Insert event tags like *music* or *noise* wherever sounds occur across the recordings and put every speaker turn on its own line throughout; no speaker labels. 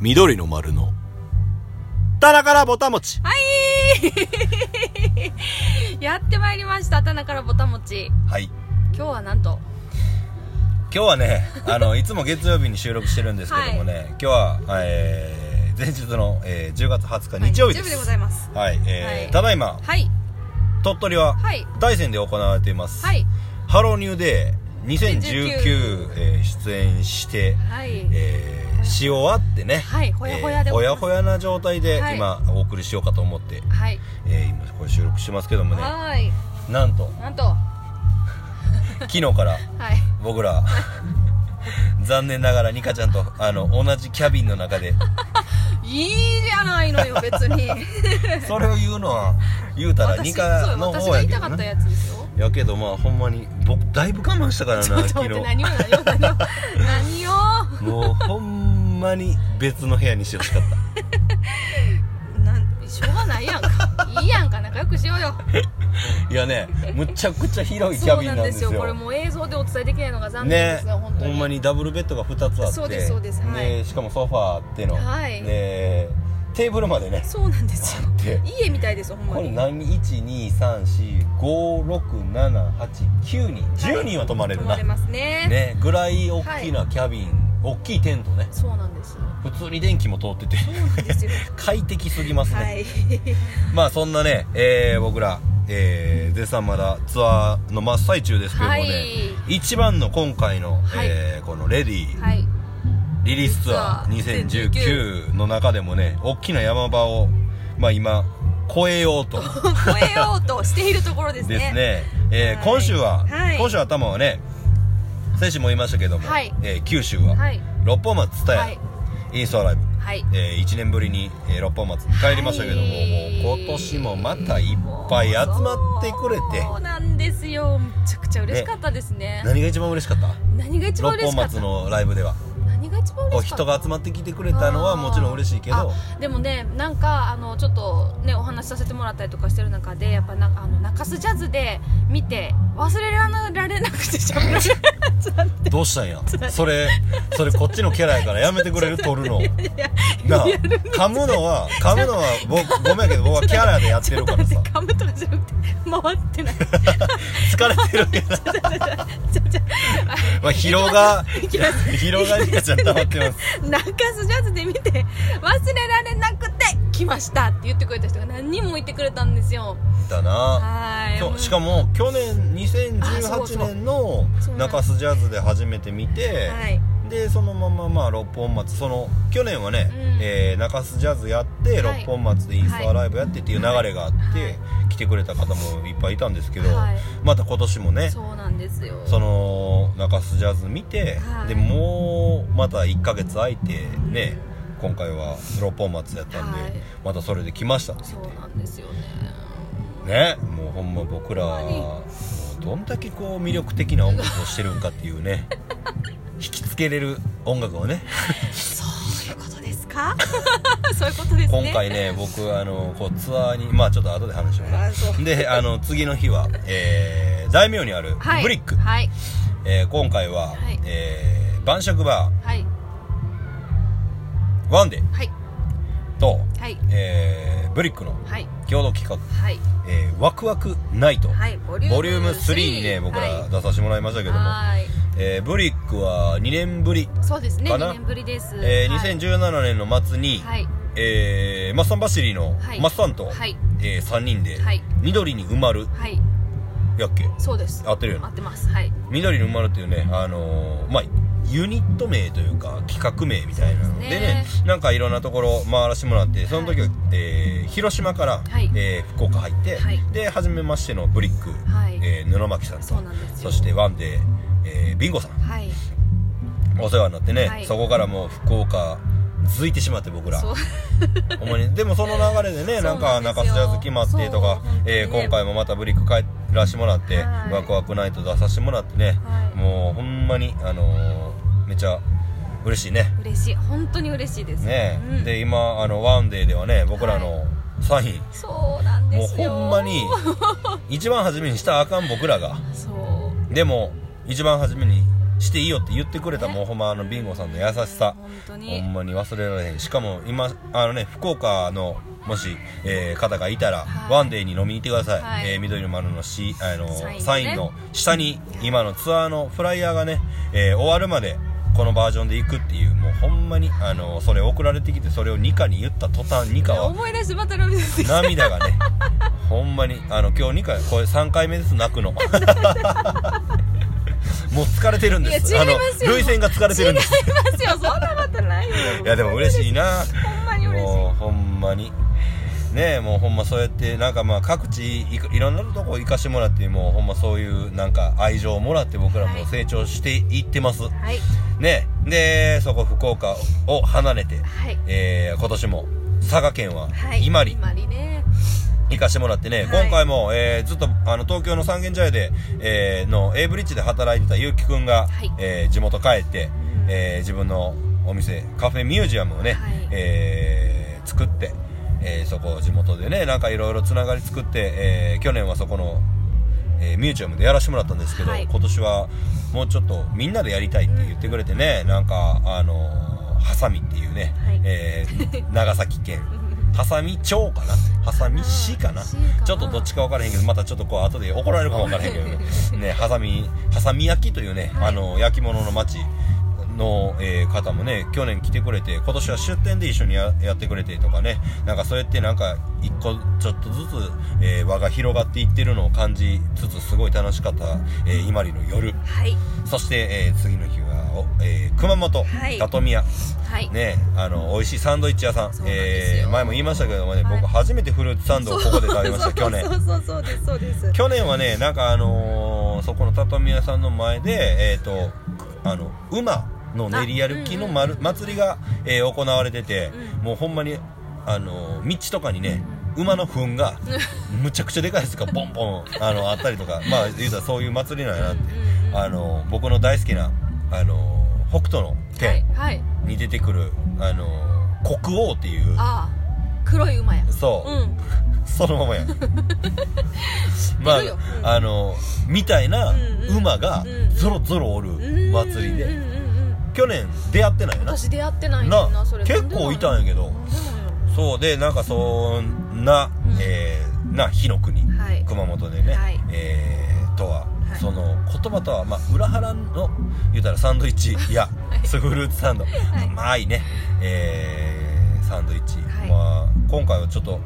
緑の丸の、棚からぼたもち。
やってまいりました棚からぼたもち
はい
今日はなんと
今日はねあ
*laughs*
のいつも月曜日に収録してるんですけどもね、今日は、えー前日の、えー10月20日日曜日で
はい日曜日でご
す
ざいます
はい、えー
はい
ただいま
はい
鳥取は
はい
大山で行われています、
はい
ハローニューデー2019、えー出演して、
はい
えーし終わってね、
はいほやほやで
えー
ご
ほ
ざい
や
ます
ほやな状態で
はい
今お送りしようかと思って、
はい
えー今これ収録してますけどもね
はーい
なんと
なんとは
昨日から
い
僕ら残念ながらニカちゃんとあの同じキャビンの中で
いいじゃない
*laughs*
のよ別に
それを言うのは言うたらニ
私そ
カ
う
の
私
方
が
や
言い
けど
たかった
ね
やつですよ
やけどまあほんまに僕だいぶ我慢したからな
*laughs* ちょっと
昨
待って
日
何を何を何を何を
もうほんまに別の部屋にしてほし
*laughs*
かっ
なんしょうがないやんかいいやんか仲良くしようよ
たいやねむちゃくちゃ広いキ
そ
ャ
う
ビン
な
なんん
で
ですす
よ
よ
これもう映像でお伝えできないのが残念で
ね
すが、本当
ほ
に
んまにダブルベッドが2つあって
そうですそうですはい
でしかもソファーあっての、
はい
でテーブルまでね
そうなんです
あ
よ
って
家みたいですよほんま
これ
に
何123456789人10人は泊まれる
泊
な、
まれますね
ねぐらい大きなキャビン、大きいテントね
そうなんですよ
普通に電気も通ってて
そうなんですよ
快適すぎますね、
はい
まあそんなね、えー僕ら、えー、絶賛まだツアーの真っ最中ですけどもね、
はい
一番の今回の、
はい
えーこの「レディー」
はい
リリースツアー2019の中でもね大きな山場を、まあ、今越えよう
*laughs*
と
超えようとしているところですね
ですね、えー
はい
今週は、
はい
今週頭はね先週も言いましたけども、
はい
えー九州は、
はい
六本松蔦屋、
はい
インスタライブ、
はい
え1年ぶりに、えー六本松に帰りましたけども,、
はい
もう今年もまたいっぱい集まってくれて
そうなんですよめちゃくちゃ嬉しかったですね
何が一番嬉しかった
何が一番
六
嬉
本
しか
松
った
のライブでは
何が一番
こう
嬉しかった
人が集まってきてくれたのはもちろん嬉しいけど
あでもねなんかあのちょっとねお話しさせてもらったりとかしてる中でやっぱなあの中洲ジャズで見て忘れられなくてしゃべられなく
*laughs*
て
どうしたんやそれそれこっちのキャラやからやめてくれる取るのなあ噛むのは噛むのは僕ごめんやけど僕はキャラ *laughs* でやってるからさ
噛むとかじゃなくて回ってない
疲れてるけどまあ疲労が疲労がリカちゃん溜まってます
*laughs* 中洲ジャズで見て忘れられなくて来ましたって言ってくれた人が何人もいてくれたんですよ
だな
は
きょ
い
しかも去年
あそうそう
2018年の
そうなん
中洲ジャズで初めて見て
はい
でそのまままあ六本松その去年はね、
うん
えー中洲ジャズやって、
はい
六本松でインスタライブやってっていう流れがあって、
はい
来てくれた方もいっぱいいたんですけど、
はい
また今年もね
そうなんですよ
その中洲ジャズ見て、
はい
でもうまた1ヶ月空いてね今回は六本松やったんで、
はい
またそれで来ましたって
そうなんですよね
ねもうほんま僕ら
ほんまに
もうどんだけこう魅力的な音楽をしてるんかっていう
*laughs*
ね引きつけれる音楽をね
そういうことで
*laughs*
すかそういうことですね
今回ね僕あのこうツアーにまあちょっと後で話しよう
あそ
か
う
であの次の日は、えー、大名にある
はい
ブリック、
はい
えー今回は、
はい
えー晩酌バ
はい
ーワンデー
はい
と、
はい
えーブリックの
はい
共同企画、
はい
えーワクワクナイト、
はいボリューム
ボリューム3にね僕
は
ら
い
出させてもらいましたけども、
はい
えーブリックは2年ぶり、
そうですね
かな
2年ぶりです、
えー
はい
2017年の末に、
はい
えーマッサンバシリの
はい
マッサンと、
はい
え3人で、
はい
緑に埋まる
はい
やっけ
そうです
合ってるよね
合ってますはい
緑の生まれっていうねあのーまあユニット名というか企画名みたいなのでね
そうです
なんかいろんなところ回らせてもらってその時は、えー広島から、
はい
えー福岡入って、
はい
で初めましてのブリック、
はい
えー布巻さんと
そうなんですよ
そしてワンデー、えービンゴさん
はい
お世話になってね、
はい
そこからもう福岡続いてしまって僕ら
そう
ほんまにでもその流れでね
そう
なんか
なんで
中
すよ
洲ジャズ決まってとか
そう本、当にね
えー今回もまたブリック帰らしてもらって、
はい
ワクワクナイト出させてもらってね、
はい
もうほんまにあのーめちゃ嬉しいね
嬉しい本当に嬉しいです
ね、え
うん
で今あのワンデーではね僕らのサイン、
そうなんで
もう
すよ
ほんまに一番初めにしたらあかん僕らが
そう
でも一番初めにしていいよって言ってくれたもうほんまあのビンゴさんの優しさ
本当
ほ
に
んまに忘れられへんしかも今あのね福岡のもし、えー方がいたら、
はい
ワンデーに飲みに行ってください、
はい
えー緑の丸のしあの
サインね
サインの下に今のツアーのフライヤーがね、えー終わるまでこのバージョンで行くっていうもうほんまにあのそれ送られてきてそれをニカに言った途端ニカは
思い出してまた涙出てきた
涙がねほんまにあの今日2回これ3回目です泣
*laughs*
くのもう疲れてるんです
いや
あ
違い
の
ますよ
涙腺が疲れてるんです
違いますよそんなことないよ
いやでも嬉しいな
ほんまに嬉しい
もうほんまにねえもうほんまそうやってなんかまあ各地いくいろんなとこ行かしてもらってもうほんまそういうなんか愛情をもらって僕ら
は
も
い
成長していってます、
はい
ねえでそこ福岡を離れて、
はい
えー今年も佐賀県は
はい
伊万里
伊万里ね
行かしてもらってね、
はい
今回も、えーずっとあの東京の三軒茶屋で、えーの A ブリッジで働いてたゆうきくんが、
はい
えー地元帰って、
うん
えー自分のお店カフェミュージアムをね、
はい
えー作って、えーそこを地元でねなんかいろいろつながり作って、えー去年はそこの、えーミュージアムでやらせてもらったんですけど、
はい
今年はもうちょっとみんなでやりたいって言ってくれてね、なんかあのーハサミっていうね、
はい
えー長崎
*laughs*
県ハサミ町かなハサミ市かな
市かな
ちょっとどっちか分からへんけどまたちょっとこう後で怒られるかも分からへんけど
*laughs*
ねねハサミハサミ焼きというね、
はい
あの焼き物の町の、えー方もね去年来てくれて今年は出店で一緒にややってくれてとかねなんかそうやってなんか一個ちょっとずつ、えー輪が広がっていってるのを感じつつすごい楽しかった、えー、伊万里の夜
はい
そして、えー次の日は、おえー熊本、
はい
里宮
はい
ねあの美味しいサンドイッチ屋さん
そうなんですよ
えー前も言いましたけどもね、
はい
僕初めてフルーツサンドをここで食べました
そう
去年
そうそうそうですそうです
去年はねなんかあのーそこの畳屋さんの前でえっ、とあの馬の練り歩きの丸、祭りが、えー行われてて、もうほんまにあのー道とかにね馬の糞
*laughs*
がむちゃくちゃでかいやつがボンボンあのあったりとかまあ言うたらそういう祭りなんやなって、
うんうん
あのー僕の大好きなあのー北斗の拳、
はいはい
に出てくるあのー国王っていう
ああ黒い馬や
そう、
うん
そのままや
*laughs*
まあ、
いるようん
あのーみたいな
うんうん
馬が
うん
ゾロゾロおる祭りで、
うんうんうんうん
去年出会ってないよな
私出会ってないねんな
な
それ
結構いたんやけど
なんでなんや
そうでなんかそんな、
うん
えーな火の国、
ろはい
熊本でね、
はい
えーとは、
い
その言葉とは、まあ、裏腹の言うたらサンドイッ
*laughs*
チいや、スフルーツサンド、
い
甘いね、えーサンドイッチ、
はい
まあ、今回はちょっと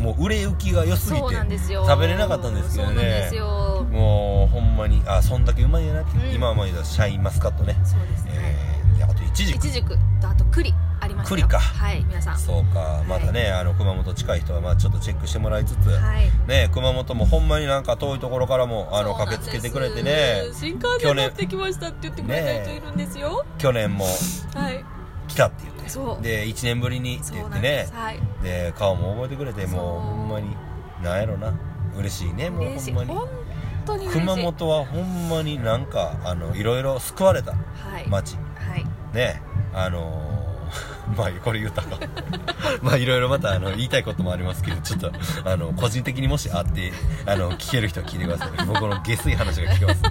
もう売れ行きが良すぎて
そうなんですよ
食べれなかったんですけど
そうなん
ね
ですよ
もうほんまにあそんだけうまいやなって、
うん
今はまだシャインマスカットね、
そうですね、
えーであとイチジ
い
ク
ちじくとあと栗ありましたよ
栗か
はい皆さん
そうかまたね、あの熊本近い人はまあちょっとチェックしてもらいつつ、
はい
ね熊本もほんまになんか遠いところからもあの
そうなん
駆けつけてくれて
で
ね
す新幹線乗ってきましたって言ってくれた人いるんですよ、
去年も
はい
来たって言って
そう
で1年ぶりにって
そ
言
う
っ
な
て
んで
ね
す、はい
で顔も覚えてくれてもう
そう
ほんまになんやろな嬉しいねもう
嬉
ほ
しい
んまに
本当に嬉しい
熊本はほんまになんかあのいろいろ救われた
はい、
町
はい
ねあのー *laughs* まあこれ言うたかまあいろいろまたあの言いたいこともありますけどちょっとあの個人的にもしあってあの聞ける人は聞いてください僕の下水話が聞けます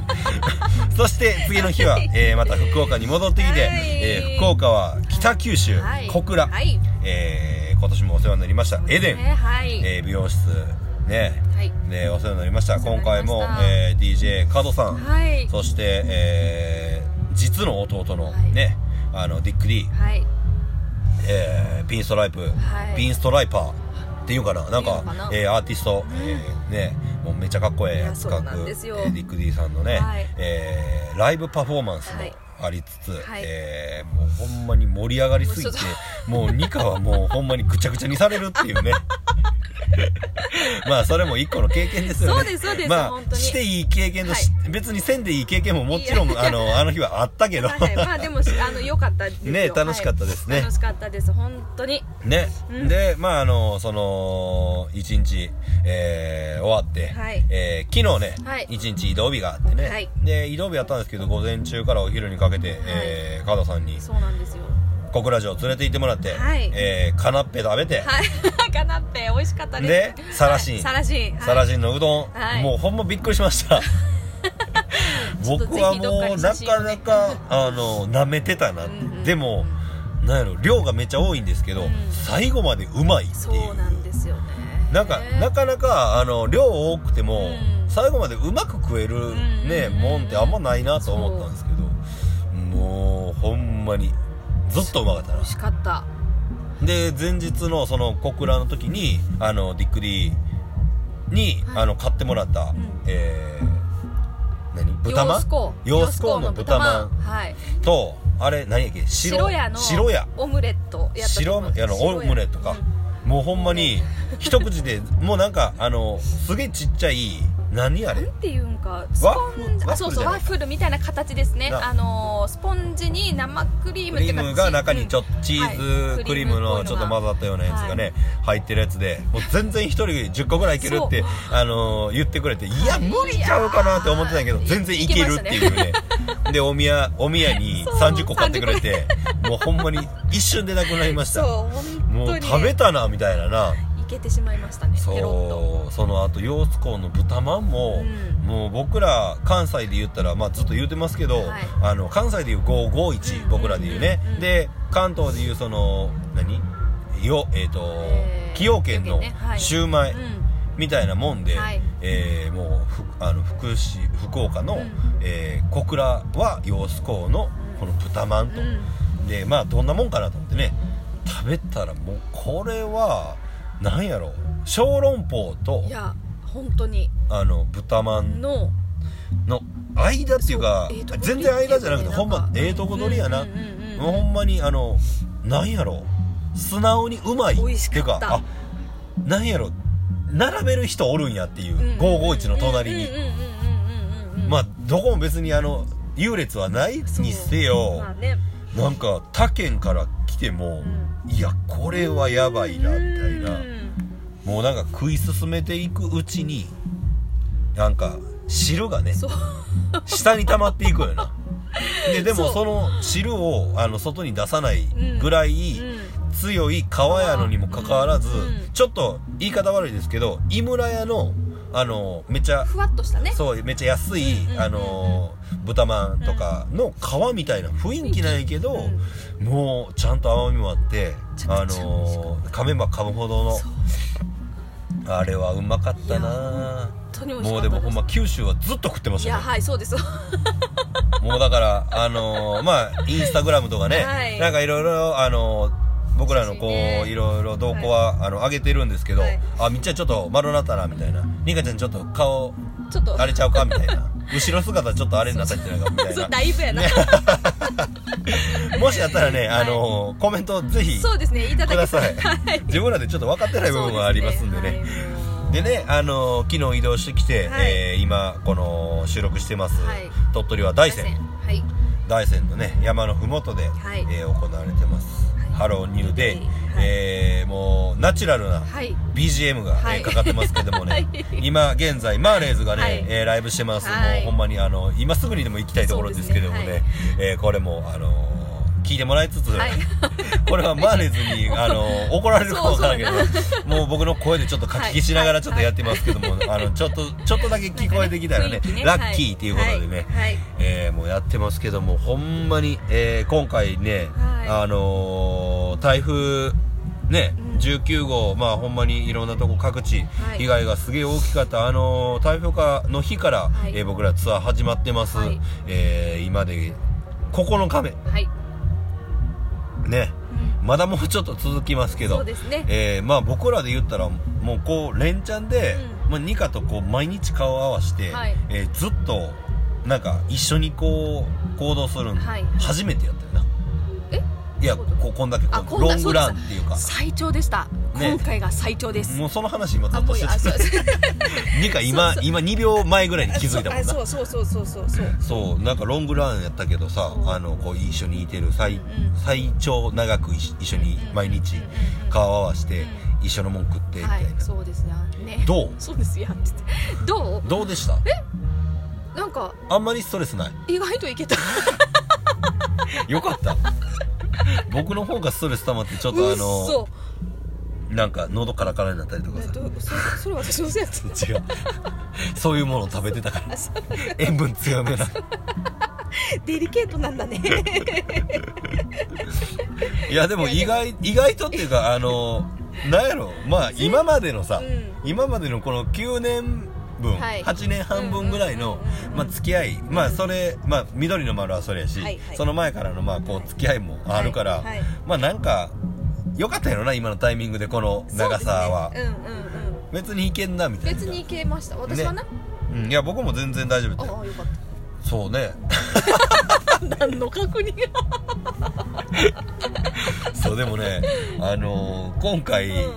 *laughs* そして次の日は、えーまた福岡に戻ってきて、
はい
えー福岡は北九州、
はい
小倉、
はい
えー今年もお世話になりました、エデン、
ねはい、
えー美容室ね
はい
でお世話になりました
お世話
今
にな
回
りま
も
した、
えー DJ 角さん、
はい
そして、えー実の弟の
はい
ね、あのディック・ディ、
はい
えーピンストライプ、
はい
ピンストライパーっていうかななん
い
か
うのかな
えーアーティスト、えーねもうめちゃかっこええ
いや
企画
そうなんですよ
えーディック・ディさんのね、
はい
えーライブパフォーマンスも
はい
ありつつ、
はい
えーもうほんまに盛り上がりすぎて
も
も
うちょ
うニカはもうほんまにぐちゃぐちゃにされるっていう
*laughs*
ねまあそれも一個の経験ですよね
そうですそうです
ま
本
あ
当に
していい経験とし、別にせんでいい経験ももちろ
い
んあのあの日はあったけど、
はい、まあでもしあの良かったですよ
ね楽しかったですね
はい楽しかったです本当に
ね、
うん
でまああのその1日、えー終わって、
はい
えー昨日ね、
はい
一1日移動日があってね、
はい
で移動日あったんですけど午前中からお昼にかけて、えー加藤さんに
そうなんですよ
小倉城連れて行ってもらって、
はい
えーカナッペ食べて、
はい *laughs* カナッペ美味しかったで
ですサラシン、
はいサラシンはい
サラシンのうどん、
はい
もうほんまびっくりしましたもう
*laughs* ちょっと
僕
ぜ
は
ひどっか
もう
に
な
写真
か
を
な
ね
かあの舐めてたなっ
う
て
んうん
でもなんやろ量がめっちゃ多いんですけど、
うん
最後までうまいってい
そううなんですよね
なんかなかなかあの量多くても、
うん
最後までうまく食えるね、
うん
もんってあんまないなと思ったんですけど、もうほんまにずっとうまかった
美
な
味しかった
で前日のその小倉の時にあのディックリーに、
はい
あの買ってもらった、
ん
えー何豚ま
洋子コ
洋子コーンの豚まん
はい
とあれ何やっけ
白屋の
白屋
オムレットやったとこ
白屋のオムレットか、もうほんまに一口でもうなんかあのすげえちっちゃい何あ
うん
れ
なんていうんかス
ワッ
ポ
フル
ン
ワッフ
ジ
ル
あそうそ
じ
う
ゃ
ワ
ない
ッフルみたいな形ですね
な
あのースポンジに生クリーム
ク
ってい
リ
うか
ームが中にちょっ
うん
とチー
は
ズ
い
クリームのちょっと混ざったようなやつがね入ってるやつでもう全然一人10個ぐらいいけるって
そ
あのー言ってくれていや
はい
無理ちゃうかなって思ってたんやけど
いや
全然いけるっていうねでお宮お宮に
そう
30個買ってくれてもうほんまに一瞬でなくなりまし
そう
た
本
も
当
う
に
食べたなみたいなない
けてしまいましたねペロッと
そうそのあと洋子港の豚まんも、
うん
もう僕ら関西で言ったら、まあ、ずっと言うてますけど、
はい
あの関西で言う551、
うん
僕らで言うね、
うん
で関東で言うその何よえっ、と、
えー
崎陽軒の
崎陽軒ねはい
シューマイ
うん
みたいなもんで、
はい
えーもうふあの福祉福岡の、
うん
えー小倉は洋子港のこの豚まんと、
うん
でまあどんなもんかなと思ってね食べたらもうこれはなんやろ小籠包と
いや本当に
あの豚まん
の
の間っていうか
そうええとこ取
全
り
然間じゃなくて
です
ほ
よね
ん
な
ま
んか
ええとこ取りやな、
うんうんうんうん
もうほんまにあのなんやろ素直にうまい
美味し
ってい
か
う
った
かあなんやろ並べる人おるんやっていう、
うん
551の隣に、
うんうんうんうんうんうん
まあどこも別にあの優劣はないにせよ、
まあね
なんか他県から来ても、いやこれはやばいなみたいな、
うん
もうなんか食い進めていくうちになんか汁がね
そう
下に溜まっていくよ
*laughs*
なででも
そう
その汁をあの外に出さないぐらい
うん
強い皮やのにもかかわらず、
うんうん
ちょっと言い方悪いですけど井村屋のあのめっちゃ
ふわっとしたね
そうめっちゃ安い、
うんうんうんうん
あの豚まんとかの皮みたいな雰囲気なんやけど、もうちゃんと甘みもあって
ちゃ
あ
くちゃ美味しかった
の噛めば噛むほどの
そう
あれはうまかったな
本当に美味し
も
か
うで
った
もほんま九州はずっと食ってまし
い
た
や
ね
はいそうです
もうだからあのーまあインスタグラムとかね、
はい
なんかいろいろあのー僕らのこ
そうです
う
ね
いろいろ動向は、あの上げてるんですけど、
はい
あみっちゃんちょっと丸なったなみたいなりんかちゃんちょっと顔
ちょっと
あれちゃうかみたいな後ろ姿ちょっとあれになったんじゃないかみたい
そう
な
だいぶやな、
ね *laughs* もしやったらね、あのーコメントぜひ
そうですねいただ
く
け
ださい
はい
自分らでちょっと分かってない部分がありますんでね
そう
で
ですね
ね、あのー昨日移動してきて、
はい
えー今この収録してます、
はい
鳥取は
は
大
い
山
はい
大山のね山のふもとで、
はい
えー行われてます、
はい
ハローニューデイ、
はい
えーもうナチュラルな
はい
BGM が、
は
え
い
ーかかってますけどもね、
はい
今現在マーレーズがね、
はい
えーライブしてます、
はい
もうほんまにあの今すぐにでも行きたいところですけどもね
そうです
えーこれもあのー聞いてもらいつつ、
はい
*laughs* これはマーレーズ
*laughs*
に、あのー怒られるかわからんけどもう僕の声でちょっとかき消しながらちょっとやってますけども、あのちょっとちょっとだけ聞こえてきたらね
なんかね雰囲気ね
ラッキーっていうことでね、
はいはい
えーもうやってますけどもほんまに、えー今回ね、
はい
あのー台風ね、
うん
19号まあほんまにいろんなとこ各地
はい
被害がすげえ大きかった、あのー台風かの日から、
はい
えー僕らツアー始まってます、
はい
えー今で9日目
はい、
ね
うん
まだもうちょっと続きますけど
そうですね
えーまあ僕らで言ったらもうこう連チャンで、
うん
まあ、ニカとこう毎日顔を合わせて、
はい
えーずっとなんか一緒にこう行動するの、
はい
初めてやったよな
え
いや
どういうこと
ここんだけこ
あ
う
こん
ロ
な
ングランっていうか
最長でした、
ね
今回が最長です
もうその話今ず
あ
っ
も
と
ういい
し
あ
て
そう
た *laughs* ニカ今
そう
今2秒前ぐらいに *laughs* 気づいたもんな
そうそうそうそうそうそう
そうなんかロングランやったけどさ
そう
あのこう一緒にいてる最,、
うん
最長長く一緒に毎日
うんうんうん
顔合わせて
うん
一緒のもん食ってみた
はいい
な、
そうですねね
どう
そうですよって言ってど
どうでした
うなんか
あんまりストレスない
意外といけた
よかった僕の方がストレス溜まってちょっとあの
嘘
なんか喉カラカラになったりとか
ね
さ
どうそれそれ私のせいやつ
違うそういうものを食べてたから塩分強めな
デリケートなんだね
いやでも意外意外とっていうかあのなんやろまあ今までのさ、
う
今までのこの9年分、
はい
8年半分ぐらいの
うんうんうんうん、うん
まあ、付き合いまあそれまあ緑の丸はそれやし、
はいはい
その前からのまあこう付き合いもあるから、
はいはい
まあなんかよかったよな今のタイミングでこの *laughs* 長さは、
そうですね、うんうんうん
別にいけんなみたいな
別にいけました私はな、
うん、いや僕も全然大丈夫だよ
ああよかっ
そうね *laughs*
た何の確認が
そうでもねあのー今回、
うん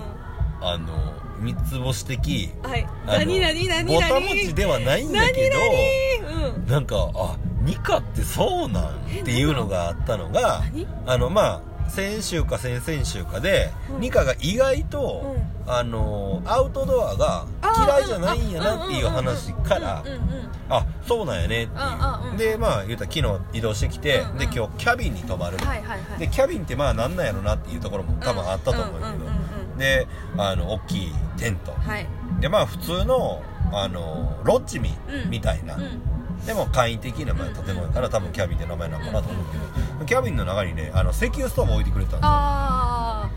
あのー三つ星的
はい
あの
何何何何
ぼたもちではないんだけど
何々うん
なんかあニカってそうなんっていうのがあったのが
何
あのまあ先週か先々週かで、
うん
ニカが意外と、あのアウトドアが嫌いじゃないんやなっていう話から
うんうんうんうんうんうん
あそうなんやねって
あ
い
あ
ううんでまあ言うたら昨日移動してきて、
うんうん
で今日キャビンに泊まる、
はいはいはい
でキャビンってまあなんなんやろなっていうところも多分あったと思うけど、
んんんうん
であの大きいテント、
はい
でまあ普通のあのロッジミ
うん
みたいな、
うん
でも簡易的なまあ建物やから多分キャビンって名前なのかなと思うけど、キャビンの中にねあの石油ストーブ置いてくれてた
あ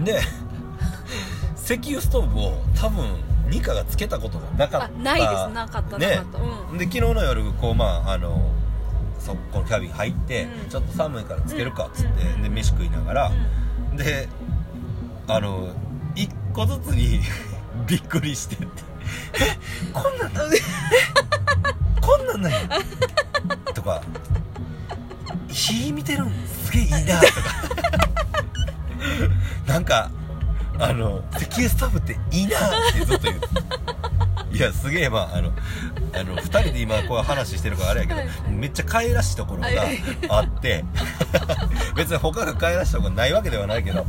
んですよで *laughs* 石油ストーブを多分ニカがつけたことがな
ー
か
あ
った
ないですなかったな
ね
かった、うん
で昨日の夜こうまああのそこのキャビン入って、
うん
ちょっと寒いからつけるかっつって、
うん
で飯食いながら、であの一個ずつに *laughs* びっくりしてって「えこんなんだえこんなんなんや」とか「火見てるんすげえいいな」とかなんかあの石油ストーブっていいなってずっと言ういやすげえまああのあの2人で今こう話してるからあれやけど、
はい
めっちゃかいらしいところが
はい
あって、 *laughs* 別に他がかいらしいところないわけではないけど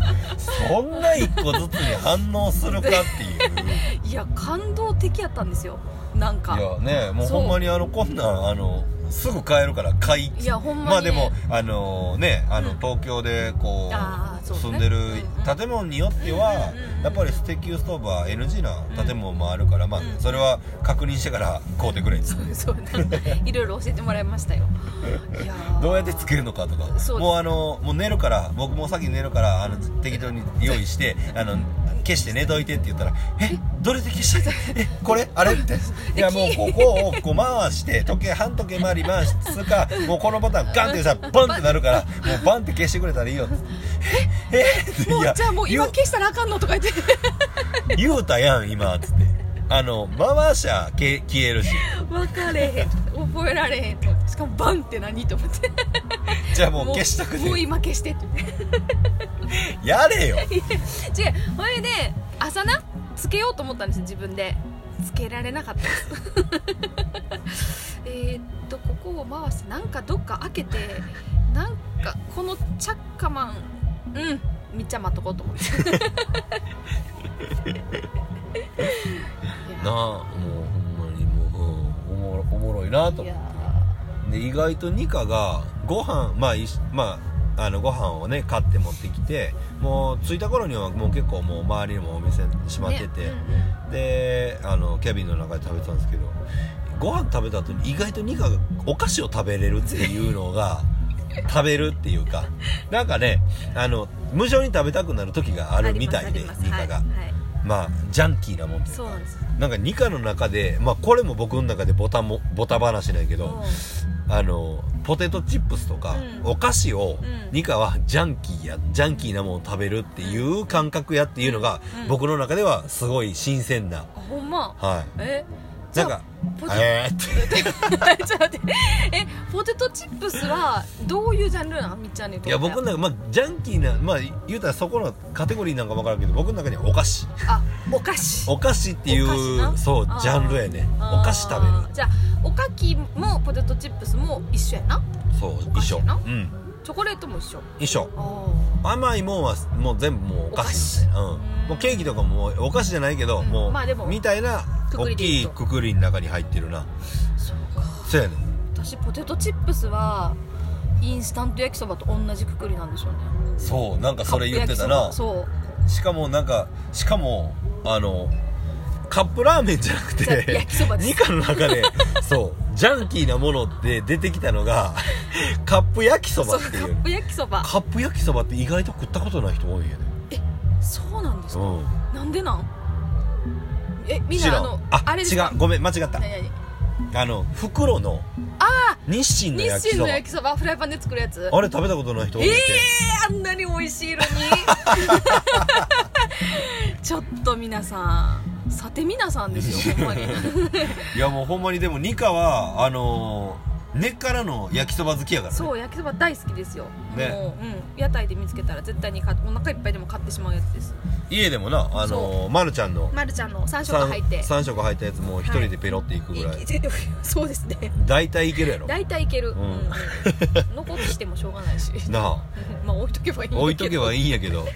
そんな一個ずつに反応するかって
*laughs*
いう
うんいや感動的やったんですよなんか
いやねもう
そう
ほんまにあのこんなんあのすぐ買えるから買い
いやほんまにね
まあでもあのねあの
うん
東京でこ
あー
う
そう
住
ね
んでる
うんうん
建物によっては
うんうんうん
やっぱりステッキストーブは NG な建物もあるからまあ
うん
それは確認してから買うてくれって
そうそうねいろいろ教えてもらいましたよいやー
どうやってつけるのかとか
そう
もうあのもう寝るから僕も先に寝るからあの適当に用意してあの消して寝といてって言ったら「えどれで消したえこれ
*laughs*
あれ?」みたいな「いやもうここをこう回して時計半時計回り回すかもうこのボタンガンってさバンってなるからもうバンって消してくれたらいいよ」ってええって
も
いうや
じゃあもう今
言う
消したらあかんのとか言って
*laughs* 言うたやん今」つってあの回しゃけ消えるし
分かれへん覚えられへんとしかもバンって何と思って
じゃあもう消したく
もう
て
今消してって言って
やれよ
*laughs* 違うほれで朝なつけようと思ったんですよ自分でつけられなかったです *laughs* えーっとここを回してなんかどっか開けてなんかこのチャッカマンうんみっちゃん待っとこうと思って
*laughs*
いや
なあもうほんまにもう、うん、おもろおもろいなと思
いや
って。で意外とニカがご飯まあいしまああのご飯をね買って持ってきてもう着いた頃にはもう結構もう周りにもお店閉まってて、
ね
であのキャビンの中で食べてたんですけどご飯食べた後に意外とニカがお菓子を食べれるっていうの
*laughs*
が食べるっていうかなんかねあの無性に食べたくなる時があ
うんうん
るみたいで
あります
ニカが、
はいはい
まあジャンキーなもんというか
そうなんです
なんかニカの中で、まあ、これも僕の中でボタもボタ話なんやけど、あのポテトチップスとか、
うん
お菓子を、
うん
ニカはジャンキーやジャンキーなものを食べるっていう感覚やっていうのが、
うん
僕の中ではすごい新鮮な、
うんほんま
は
え
いなんか
じゃあポテ
えーって
*laughs* ちょっと待ってえポテトチップスはどういうジャンルなんみっちゃんにとって
いや僕の中で、まあ、ジャンキーなまあ言うたらそこのカテゴリーなんか分からんけど僕の中にはお菓子
あお菓子
お菓子ってい
お菓子
う
な
そう
あー
ジャンルやねお菓子食べ
べるじゃあおかきもポテトチップスも一緒やな
るそう
お菓
一
子
緒
やな
うん
チョコレートも一緒
一緒
あ
甘いもんはもう全部もうお菓子みたいな、うん
お菓子
もうケーキとかもお菓子じゃないけど、
うん
もう、
まあでも
みたいな
くく
大
りで
き
言
いう
と
くくりの中に入ってるな
あそうか
そうやねん
私ポテトチップスはインスタント焼きそばと同じくくりなんでしょうね
そうなんかそれ言ってた
カップ
な
焼きそばそう
しかもなんかしかもあのカップラーメンじゃなく
じゃあ焼
て
きそばです
二課の中
*laughs*
でそうジャンキーなものって出てきたの
*laughs*
がカップ焼きそ
そ
ば
う
っ
カ
ていう
ップ焼きそば
カップ焼きそばって意外と食ったことない人多いよね
そうなんです
う
か、
ん
なんでなんえみん
知
な
ら
あ
ん
の
あ
あれですか
違うごめん間違った
何何
あの袋の
あ
日清
ー
の
日
焼き
清
そ
の
ば
焼きそばフライパンで作るやつ
あれ食べたことない人多い
え
って、
ー、あんなに美味しいのに *laughs* ちょっと皆さんさて皆さんですよほんまに
いやもうほんまにでもニカはあのー根っからの焼きそば好きやからね
そう焼きそば大好きですよ、
ね
もう、うん、屋台で見つけたら絶対に買ってお腹いっぱいでも買ってしまうやつです
家でもなあの
そ
ー、まるちゃんの
まるちゃんの3色入って
3食入ったやつもう一人でペロっていくぐらい、
いけそうです *laughs* ね
大体いけるやろ
大体いける、うん
ん
うん残してもしょうがないし
*laughs* な
*laughs* まあ置いとけばいいん
あ
だ
置いとけばい
い
いんやけ
*laughs*
ど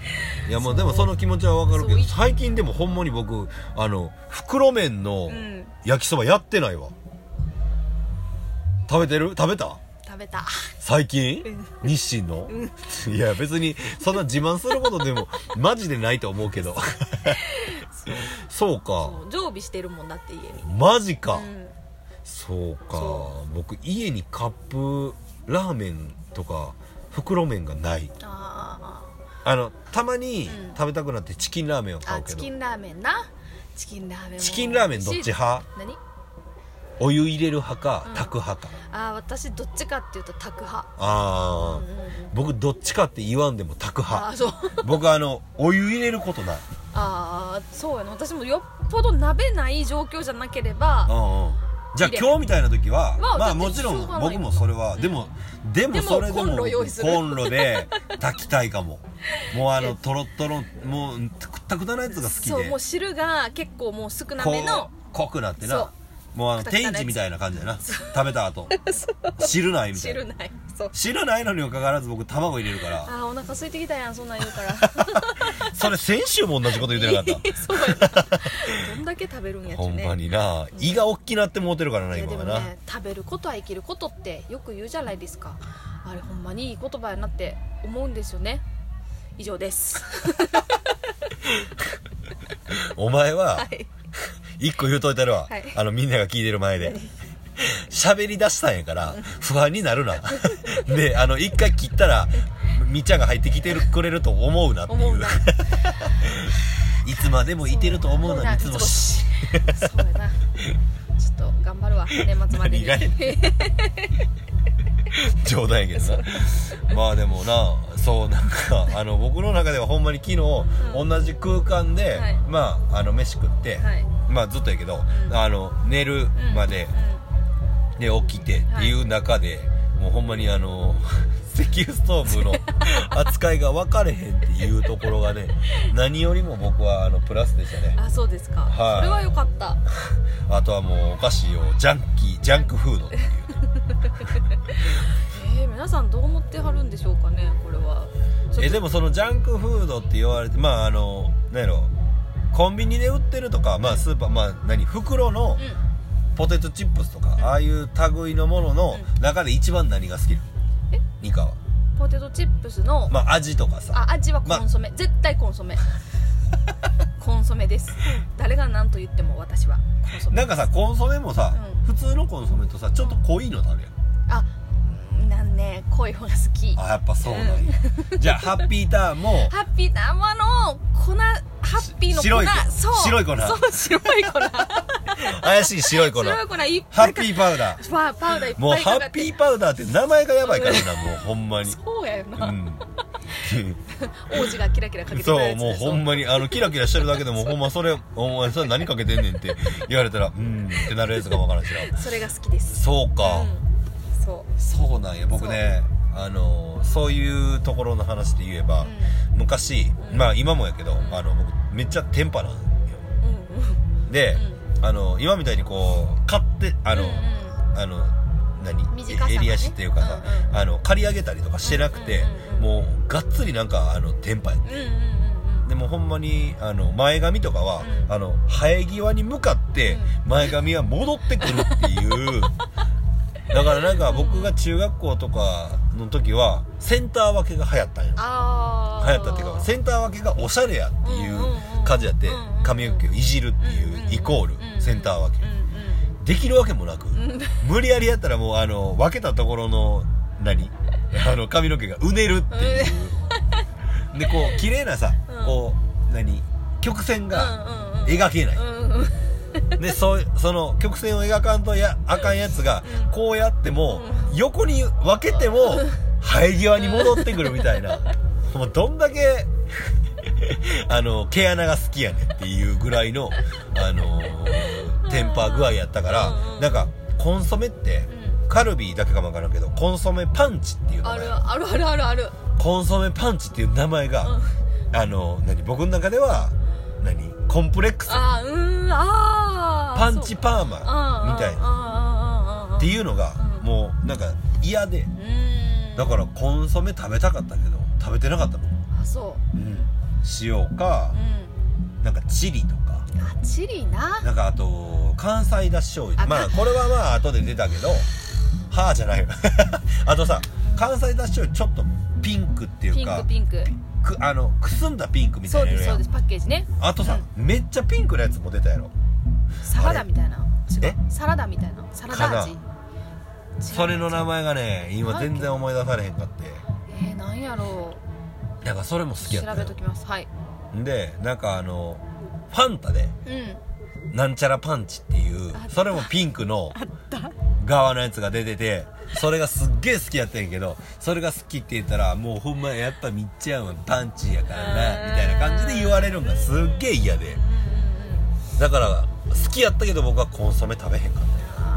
いやも
そう
うでもその気持ちはわかるけ
そ
ど
う
最近でもほんまに僕あの袋麺の
うん
焼きそばやってないわ、食べてる食べた
食べた
最近日清の、いや別にそんな自慢すること
*laughs*
でもマジでないと思うけど
そう
そうか
そう常備してるもんだって家に
マジか、
うん
そうか
そ
僕家にカップラーメンとか袋麺がない
あー
あのたまに
うん
食べたくなってチキンラーメンを
あー
買
あ
うけ
チ
ど、
キンラーメンなチキンラーメンも
チキンラーメンどっち派
何
お湯入れる派か
うん
炊く派か、
ああ私どっちかっていうと炊く派
あ
うん
ー
うんうん
僕どっちかって言わんでも炊く派
ああそう
僕あのお湯入れることない
ああそうやな私もよっぽど鍋ない状況じゃなければ
うんうんじゃあ
入れ
今日みたいな時は
まあ
ま
だ
あ
って
もちろ
しょうんがない
僕もそれは
うん
でもでも
でも
それでも
コンロ用意する
コンロで炊きたいか
*laughs*
ももうあのトロットロもうくったくたなやつが好き
そう
で
もう汁が結構もう少な
こ
めの
う濃くなって
そう
なもうあの
くたくたなや
天
つ
一みたいな感じだな食べた
*laughs*
後汁ないみたい
汁
な
ないそう
汁ないのにもかかわらず僕卵入れるから
あーお腹空いてきたやんそんなん言うから
それ先週も同じ *laughs* こと言ってな
*laughs*
かっ
そうやなどんだけ食べるんや
た
っ
ほ
ちゅうんね
まにな胃が大きなってもうてるからない
や
今
でも
はな
ね食べることは生きることってよく言うじゃないですかあれほんまにいい言葉やなって思うんですよね以上です
お前
は *laughs*
はい一個言うといたるわ、
はい
あのみんなが聞いてる前で喋り出したんやから不安になるな *laughs* であの一回切ったらみっちゃんが入ってきてるくれると思うなってい
思う
う
な
いつまでもいてると思うなにいつもし
そうやなちょっと頑張るわ年末までに
何がや
*laughs*
冗談やけどなまあでもなそうなん
*laughs*
かあの僕の中ではほんまに昨日、
うん
同じ空間で、
はい
まああの飯食って、
*laughs* はい
まあずっとやけど、
うん
あの寝る
うん
まで、で起きてっていう中で、もうほんまにあの *laughs* 石油ストーブ
*laughs*
の扱いが分かれへんっていうところがね何よりも僕はあのプラスでした
うん
ね
あそうですか、
はい
それは良かった
あとはもうお菓子をジャンキージャンクフードっていう
えー、皆さんどう思ってはるんでしょうかねこれは
えでもそのジャンクフードって言われてまああの何やろコンビニで売ってるとかまあスーパーまあ何袋の
うん
ポテトチップスとか、ああいう類のものの中で一番何が好きなの
え
ニカは
ポテトチップスの、
まあ味とかさ
あ味はコンソメ、絶対コ
*laughs*
ンソメコンソメです誰が何と言っても私はコンソメ
なんかさコンソメもさ、
うん
普通のコンソメとさちょっと濃いの食べるやん
あうんなんね濃い方が好き
あやっぱそうなんや、じゃあハッピーターン
*laughs*
も
ハッピーな甘の粉ハッピーの粉
白い粉
そう
白い粉
そう白い粉
怪しい白い粉
白い
ハ
粉いっぱ
ッ
いか
ピーパウダー
パーパウダーいっぱいかかって
もうハッピーパウダーって名前がやばいからなもうほんまに
そうやよ
う
な、
ん
王子がキラキラかけてくれ
そう
るやつ
もうほんまにあのキラキラしてるだけでもほんまそれお前それ何かけてんねんって言われたらうんってなるやつがわからんしな
それが好きです
そうか、
うん、そう
そうなんや僕ねあのそういうところの話で言えば、昔、
うん
まあ今もやけど、
ん
あの僕めっちゃテンパなんよ
うんうん
で、あの今みたいにこう買ってあの、
うんうん
あの何
短さがね
エリアしっていうかさ、
うん
あの借り上げたりとかしてなくて、
うんうん
もうがっつりなんかあのテンパや
うんうんうん
でもほんまにあの前髪とかは、
うん
あの
*laughs*
生え際に向かって前髪は戻ってくるっていう、だからなんか僕が中学校とかの時はセンター分けが流行ったんよ
ああ
流行ったっていうかセンター分けがおしゃれやっていう感じやって
うんうんうん
髪の毛をいじるっていうイコールセンター分けできるわけもなく
ん
無理やりやったらもうあの分けたところの何
*laughs*
あの髪の毛がうねるっていうでこう綺麗なさ
うん
こう何曲線が
が
描けない
うんうんうん
*laughs* でそうその曲線を描かんとやあかんやつが
うん
こうやっても横に分けても生え際に戻ってくるみたいなもうどんだけあの毛穴が好きやねんっていうぐらいのあのテンパ具合やったか
うんう
ら
ん
なんかコンソメってカルビーだけかもわからんけどコンソメパンチっていう名
あ
前
るあるあるあるある
コンソメパンチっていう名前が
うん
あの何僕の中では何コンプレックス
あーうーんあー
パンチ
そう
パーマみたいな。
な
っていうのが
うん
もうなんか嫌で
うん
だからコンソメ食べたかったけど食べてなかったの、
あそ
うん、塩か
ううん
なんかチリとか
あチリな
なんかあと関西だし醤油
あ
まあこれはまあ後で出たけどはあじゃないよ *laughs* あとさ関西だし醤油ちょっとピンクってい
ピ
う
ン
か
クピンク
くあのくすんだピンクみた
そ
いうな色
ですそ
や
うんですパッケージね
あとさ、めっちゃピンクのやつも出たやろ
サラダみたいな違
え
うサラダみたいなサラダ味
か
違う
それの名前がね今全然思い出されへんかって
えー、なんやろ
なんかそれも好
う
きやった
調
よ
べときますはい
でなんかあのファンタで
うん
なんちゃらパンチっていう
あった
それもピンクの側のやつが出ててそれがすっげえ好きやったんやけどそれが好きって言ったらもうほんまやっぱみっちゃんはパンチやから
う
なんみたいな感じで言われるんがすっげえ嫌でだから好きやったけど僕はコンソメ食べへんかったよ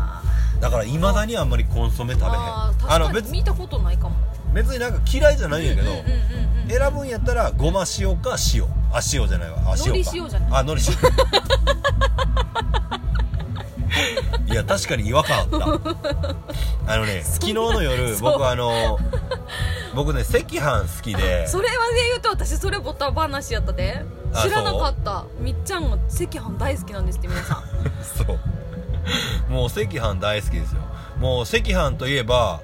だからいまだにあんまりコンソメ食べへん
あー
あの
確かに
別
見たことないかも
別になんか嫌いじゃないんやけど
うんうんうん
選ぶんやったらごま塩か塩あ塩じゃないわあ
海
塩
苔
か
塩じゃない
あ海苔塩
*laughs*
いや確かに違和感あったあのね昨日の夜
そう
僕あの僕ね赤飯好きで
*laughs* それはね言うと私それボタ話やったで
あ
知らなかったみっちゃんが赤飯大好きなんですって皆さん
そうもう赤飯大好きですよもう赤飯といえば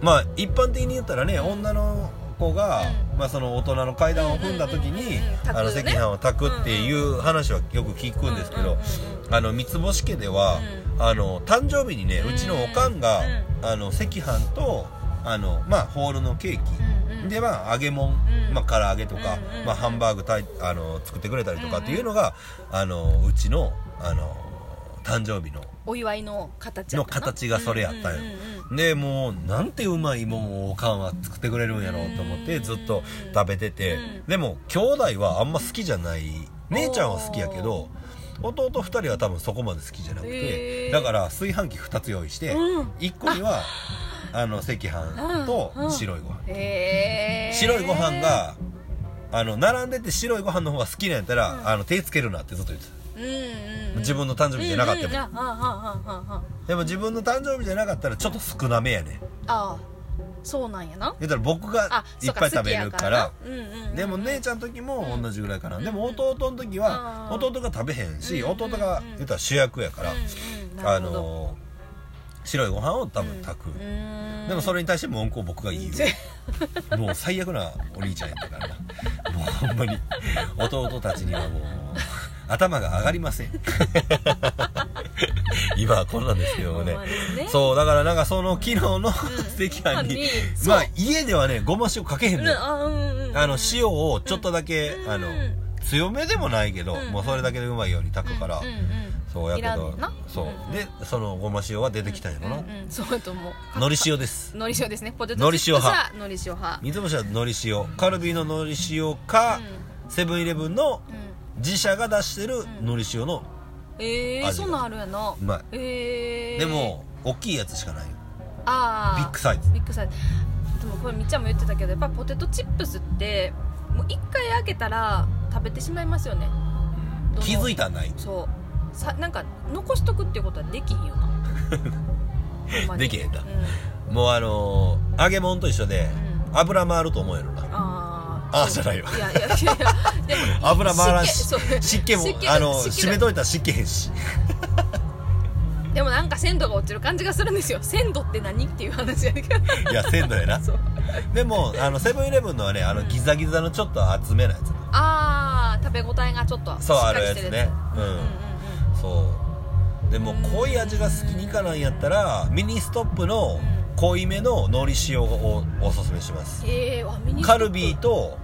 まあ一般的に言ったらね女の子が、まあ、その大人の階段を踏んだ時に、
うんうんうんうん
あの
炊
赤
くね
飯を炊くっていう話はよく聞くんですけど、
うんうん
あの三つ星家では、あの誕生日にね
うん
うちのおかんが、
う
あの赤飯とあのまあホールのケーキ、
うんうん
でまあ揚げもん、
うん
まあ唐揚げとか、
うんうん
まあ、ハンバーグたいあの作ってくれたりとかっていうのが、あのうちのあの誕生日の
お祝いの形やったな
の形がそれやったんや
うんうんうんうん
でもうなんてうまいもんをおかんは作ってくれるんやろうと思って
うん
ずっと食べてて、
うん
でも兄弟はあんま好きじゃない姉ちゃんは好きやけど弟2人は多分そこまで好きじゃなく
へ
て
ー
だから炊飯器2つ用意して、
うん
1個にはあの赤飯と
うんうん
白いご飯、
えー、
白いご飯があの並んでて白いご飯の方が好きなんやったら、
うん
あの手つけるなってずっと言ってた
うんうんうん
自分の誕生日じゃなかったよ
うんうんあはあはあはあは
でも自分の誕生日じゃなかったらちょっと少なめやね
ああそうなんやな
言ったら僕が
あ
いっぱい食べるから
そう好きやからなうんうんうん
でも姉ちゃんの時も同じぐらいかな、
うん
でも弟の時は
あー
弟が食べへんし、
うん
弟が言ったら主役やから、
うんうんな
あ
るほど
のー白いご飯を多分炊く、でもそ
れ
れに対して文句を僕が言うもう最悪なお兄ちゃんやったからなもうほんまに弟たちにはもう頭が上がりません今はこんなんですけどもね
ほんまですね
そうだからなんかその昨日の赤飯に、
にそう
まあ家ではねごま塩かけへんのよ、あの塩をちょっとだけ、
うん
あの
うん
強めでもないけど、
うん
もうそれだけでうまいように炊くから、
うんうん
そうやけ
いらん
ど
ねんな
そう、
うん
でそのごま塩は出てきたんやろな、
うんうんそうやと思う
のり塩です
のり塩ですねポテ
の
ト
り
チッ
塩
プス
派
はのり塩派
水星はのり塩カルビーののり塩か、セブンイレブンの
うんうん
自社が出してるのり塩の
え
味が
ーそんなんあるやな
うまい、
えー
でも大きいやつしかないよ
あ
ビ
あ
ッグサイズ
ビッグサイズでもこれみっちゃんも言ってたけどやっぱポテトチップスってもう一回開けたら食べてしまいますよねどの
気づいたんない
そうさなんか残しとくっていうことはできひん
*laughs*
よなほんまに
できへんな
うん
もうあのー揚げ物と一緒で
う
油回ると思うやろな
あ
あーじゃないわ
いやいやいやいやでも
*laughs* 油回らんし
湿気そう
湿気も
湿気
あの
湿気
締めといたら湿気へんし
でもなんか鮮度が落ちる感じがするんですよ鮮度って何っていう話やけど
いや鮮度や
*laughs*
な
そう
でもあのセブンイレブンのはねあの
うん
ギザギザのちょっと厚めなやつ
ああ食べ応えがちょっとし
そう
っ
あ
か
る
りし
やつ
てる
ねうん、
うんうん
そうでも濃い味が好きにいかないんやったらミニストップの濃いめののり塩をおすすめします
うんえー、あミニス
カ
トップ
ルビーと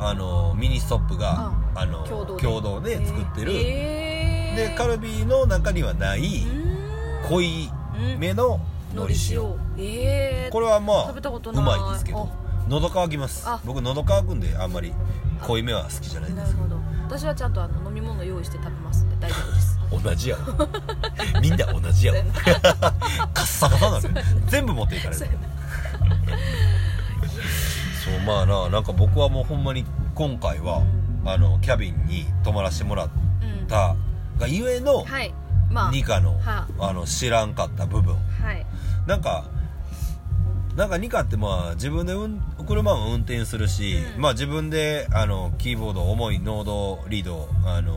あのミニストップが
あ
あの
共同で
共同で作ってる、
えー、
でカ
ル
ルビーの中にはない濃いめのの
の
り
り
塩
塩えー、
これはまあ
食べたことないう
まいんですけど喉乾きます
あ
僕喉乾くんであんまり濃いめは好きじゃないんで
な
す
るほど私はちゃんとあの飲み物用意して食べますんで大丈
*laughs*
夫です
同じやわみんな同じやわ *laughs* カッサカサなる全部持っていかれる
そうやな
そうまあななんか僕はもうほんまに今回はあのキャビンに泊まらせてもらっ
うん
たがゆえの
はいまあ
ニカの
は
あの知らんかった部分
はい
なんかなんかニカってまあ自分で運車も運転するし、
うん
まあ自分であのキーボード重いノードリードあの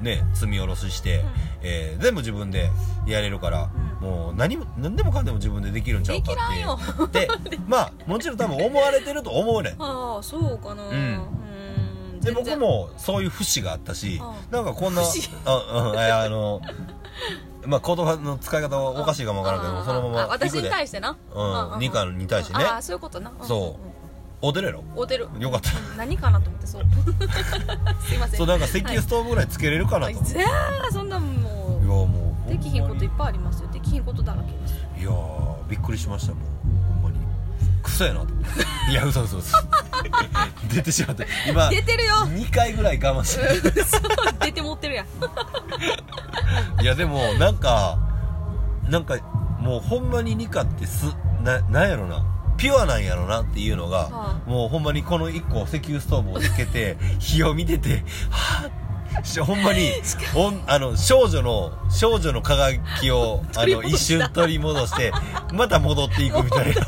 ね積み下ろしして、えー全部自分でやれるから、
うん
もう何も何でもかんでも自分でできるんちゃうか
できらんよ
ってでまあもちろん多分思われてると思うねん
ああそうかな
うん
ん
で
全然
僕もそういう節があったし
う
なんかこんな
節
あうんああのまあ言葉の使い方はおかしいかもわからんけ
あ
ど
あ
そのまま
あ私
肉
に
で
対してなああ
ニカに対してね
ああそういうことな
そお出れろ
おてる
よかった
何かなと思ってそう *laughs* すいません
そうなんか石油ストーブぐらいつけれるかな
はい
と思って
じゃあそんなんも
いやも
う
う
できひんこといっ
ぱ
ぱいありますよできひんことだらけです
いいやーびっくりしましたもうほんまにクソやなと思っていや嘘嘘嘘出てしまった今
出てるよ
2回ぐらい我慢して
うんそう出て持ってるやん
*laughs* いやでもなんかなんかもうほんまにニカってすななんやろなピュアなんやろなっていうのが、
は
もうほんまにこの1個石油ストーブをつけ
*laughs*
て火を見ててはぁしほんまにおんあの少女の少女の輝きをあ
取り
の
戻
一
した
瞬取り戻してまた戻っていくみたいな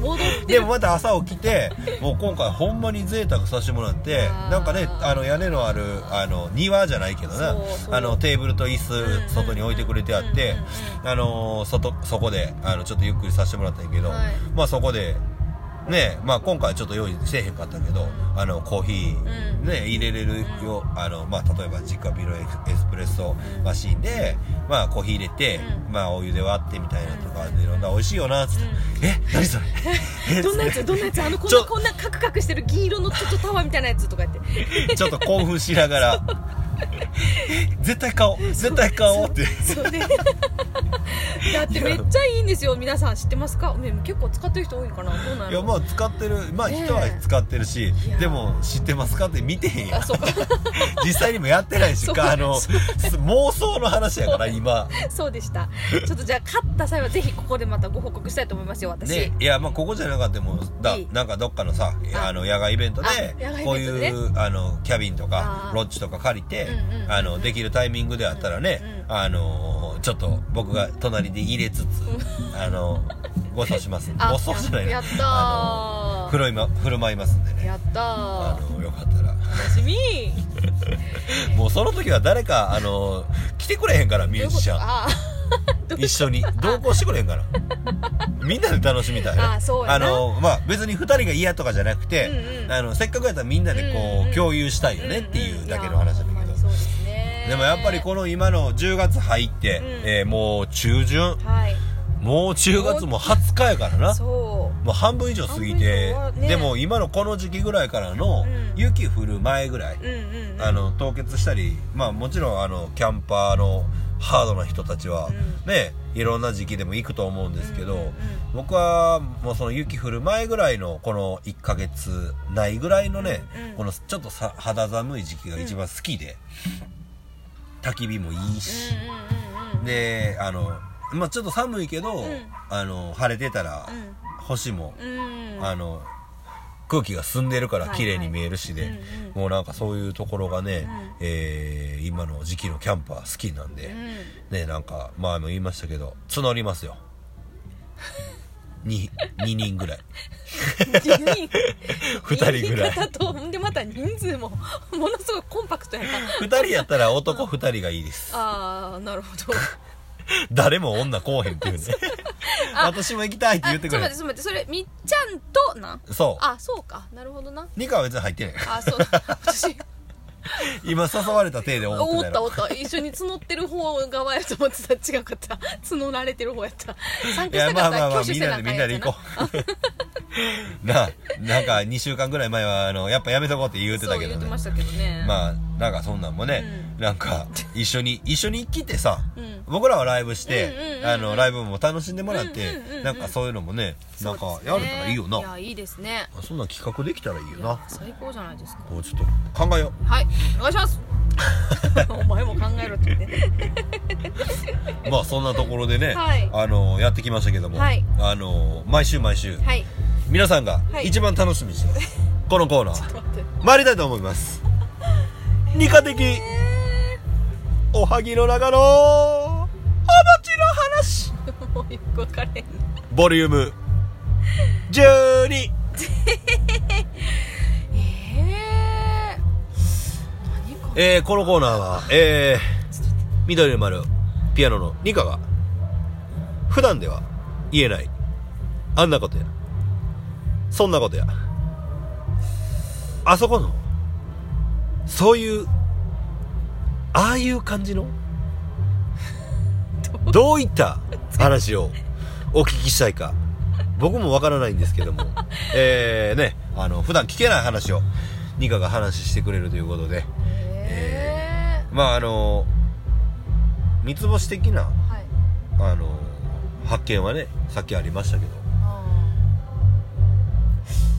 戻って
でもまた朝起きてもう今回ほんまに贅沢させてもらって
あー
なんかねあの屋根のあるあの庭じゃないけどな
そうそう
あのテーブルと椅子外に置いてくれてあって、
うんうんうん
あのー外そこであのちょっとゆっくりさせてもらったんやけど、
はい
まあそこでねまあ今回ちょっと用意せえへんかったけど、
ん
あのコーヒー、
うん
ね入れれるよ、あのまあ例えば実家ビロエスプレッソマシーンで、まあコーヒー入れて、
うん
まあお湯で割ってみたいなとか、いろんな美味しいよなっつって、え何それえ
どんなやつどんなやつあのこん
ち
な
ょ
こんなカクカクしてる銀色のちょっとタワーみたいなやつとか言っ
*laughs*
て
ちょっと興奮しながら絶対買おう絶対買おうって
そう
*laughs*
ねだってめっちゃいいんですよ皆さん知ってますかね結構使ってる人多いかなどうなん
いや
ろ
まあ使ってるまあ
ねえ
人は使ってるし、
いや
でも知ってますかって見てへん
うあ *laughs*
やん
そうか
実際にもやってないし
そう
かあのす妄想の話やから今
そうでしたちょっとじゃあ勝った際はぜひここでまたご報告したいと思いますよ私、
ねいやまあここじゃなかったもだ
いい
なんかどっかのさ
あ
あの野外イベントで
あ野外イベントでね
こういうあのキャビンと
あ
か
ー
ロッジとか借りて
うんうんうんうん
あのできるタイミングであったらね、
うんうん
あのちょっと僕が隣で入れつつ、あのご馳走しますご
*laughs* あ
馳走じゃないな
やったー
あの振るいま振る舞いますんでね
やった
あ
ー
のよかったら。
楽しみ
もうその時は誰か、あの来てくれへんから、ミュージシャン。
あ
*laughs* 一緒
*laughs*
に。同行してくれへんから。みんなで楽しみたいな。
あそうやな
あのまあ別に二人が嫌とかじゃなくて、
うんうん
あの、せっかくやったらみんなでこう、
うんうん
共有したい
ー
よねっていうだけ
ん
の話だ
んいやほんま
けど
に。そうですね
でもやっぱりこの今の10月入って、
うん
えーもう中旬。
はい
もう10月も20日やからな。
そ
もう半分以上過ぎて
半分以上は、ね
でも今のこの時期ぐらいからの
うん
雪降る前ぐらい、
ううんうんうん
あの凍結したり、まあ、もちろんあのキャンパーのハードな人たちは、
う
ねいろんな時期でも行くと思うんですけど、
うんうんうん
僕はもうその雪降る前ぐらいのこの1ヶ月ないぐらいのね、
うんうん
このちょっとさ肌寒い時期が一番好きで、焚き火もいいし、
うんうんうんうん
であの、まあ、ちょっと寒いけど、
ん
あの晴れてたら、
うん
星も、
うん
あの空気が澄んでるから綺麗に見えるしで、
はいはいうんうん
もうなんかそういうところがね、
うん
えー今の時期のキャンパー好きなんで、
うん
ねなんか前も言いましたけど募りますよ *laughs* 2, 2人
*laughs*
ぐらい2人ぐらい
言い方とほんでまた人数もものすごいコンパクトやから
2人やったら男2人がいいです
ああなるほど
誰も女こうへんっていうね
*laughs* あ
私も行きたいって
あ
言っ
ちょ
てく
っと待っ
れ
てちょっと待ってそれみっちゃんとなん
そ
あそうかなるほどな
うニカは別に入ってない
あそうだ私
今誘われた体で思ってた
お
や
った
ろ
おった一緒に募ってる方側やと思ってた違かった募られてる方やった参
い
加し
や
たか
ま
った
あまあまあ
挙手
みん
せ
な
な
でみんなで行こ
*laughs*
うななんか2週間ぐらい前はあのやっぱやめとこうって言う
う
て
そ
た
う
けど
言って
ね
ましたけどね
まあなんかそんなんもね、なんか一緒に一緒に来てさ、
うん
僕らはライブして、
うんうんうんうん
あのライブも楽しんでもらって、
うんうんうんうん
なんかそういうのもね
そ
な
うんですね
かやれたらいいよない
やいいですね
そんな企画できたらいいよ
いや
な
最高じゃないですか
こうちょっと考えよ
はいお願い
*laughs*
しますお前も考えろってね
うまあそんなところでね、
はい
あのやってきましたけども、
はい
あの毎週毎週、
はい
皆さんが
はい
一番楽しみにしてる、このコーナー
待って
参りたいと思います理科的おはぎの中のお餅の話
もうよく分かれへん
ボリューム12
ええ何これ
えー、このコーナーは、えー、緑の丸ピアノのニカが普段では言えないあんなことやそんなことやあそこのそういうああいう感じのどういった話をお聞きしたいか僕もわからないんですけどもえーねあの普段聞けない話をニカが話してくれるということで
え
まああの三つ星的な
えはい
あの発見はねさっきありましたけど
あ